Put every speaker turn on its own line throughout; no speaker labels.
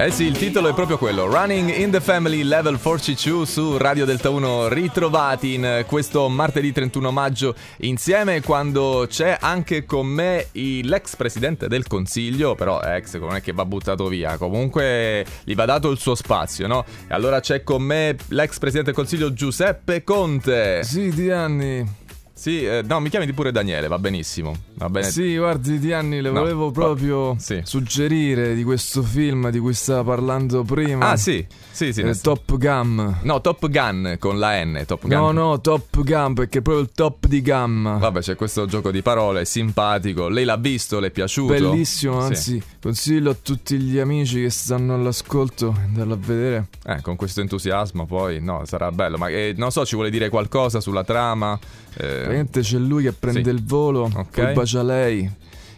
Eh sì, il titolo è proprio quello, Running in the Family Level 42 su Radio Delta 1, ritrovati in eh, questo martedì 31 maggio insieme quando c'è anche con me il- l'ex presidente del Consiglio, però ex non è che va buttato via, comunque gli va dato il suo spazio, no? E allora c'è con me l'ex presidente del Consiglio Giuseppe Conte.
Sì, di anni.
Sì, eh, no, mi chiami pure Daniele, va benissimo. Va bene.
Sì, guardi, di anni le
No,
volevo
va-
proprio
sì.
suggerire di questo film di cui stava parlando prima.
Ah, sì. Sì, sì.
Eh,
nel-
Top Gun.
No, Top Gun con la N, Top Gun.
No, no, Top Gun, perché è proprio il top di gamma.
Vabbè, c'è questo gioco di parole, è simpatico. Lei l'ha visto, le è piaciuto.
Bellissimo,
Sì.
anzi, consiglio a tutti gli amici che stanno all'ascolto di andarlo a vedere.
Eh, con questo entusiasmo poi, no, sarà bello. Ma eh, non so, ci vuole dire qualcosa sulla trama? Eh,
Praticamente c'è lui che prende
sì.
il volo,
Ok.
poi bacia lei,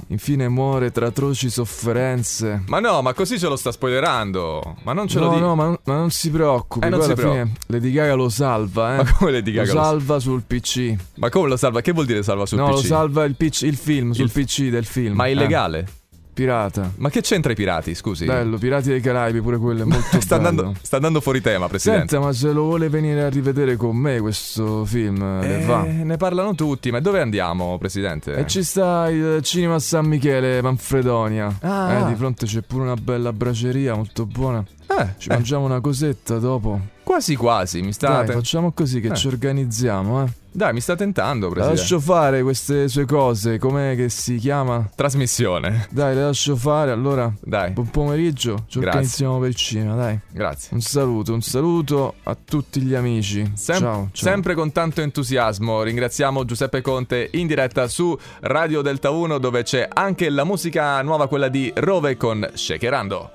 infine muore tra atroci sofferenze.
ma no, ma così ce lo sta spoilerando. Ma non ce
no,
lo dico.
no, ma non, ma non si preoccupi,
Eh, non
poi
si
alla fine Lady Gaga lo salva, eh.
Ma come le dica che
lo
lo-
salva sul PC.
Ma come lo salva? Che vuol dire salva sul
no,
PC?
lo salva il, PC, il film, sul
Il-
PC del film.
Ma è
Eh,
illegale?
pirata.
Ma che c'entra i pirati, scusi?
Bello, Pirati dei Caraibi, pure quello è molto
sta,
bello.
andando, sta andando fuori tema, presidente.
Senta, ma se lo vuole venire a rivedere con me questo film, le
Eh,
va.
ne parlano tutti, ma dove andiamo, presidente?
E ci sta il cinema San Michele, Manfredonia.
Ah.
Eh, di fronte c'è pure una bella braceria molto buona.
Eh,
Ci
eh,
mangiamo una cosetta dopo.
quasi quasi, mi sta,
Dai, facciamo così che
Eh.
ci organizziamo, eh.
Dai, mi sta tentando,
La
presidente.
lascio fare queste sue cose, com'è che si chiama?
Trasmissione.
Dai, le lascio fare, allora.
Dai,
Buon pomeriggio,
Grazie.
ci organizziamo per il cinema, dai.
grazie.
Un saluto, un saluto a tutti gli amici.
Sem-
ciao, ciao.
Sempre con tanto entusiasmo ringraziamo Giuseppe Conte in diretta su Radio Delta 1 dove c'è anche la musica nuova, quella di Rove con Shakerando.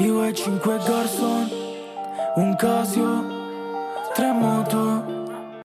Io e cinque Garson, un Casio, tre moto,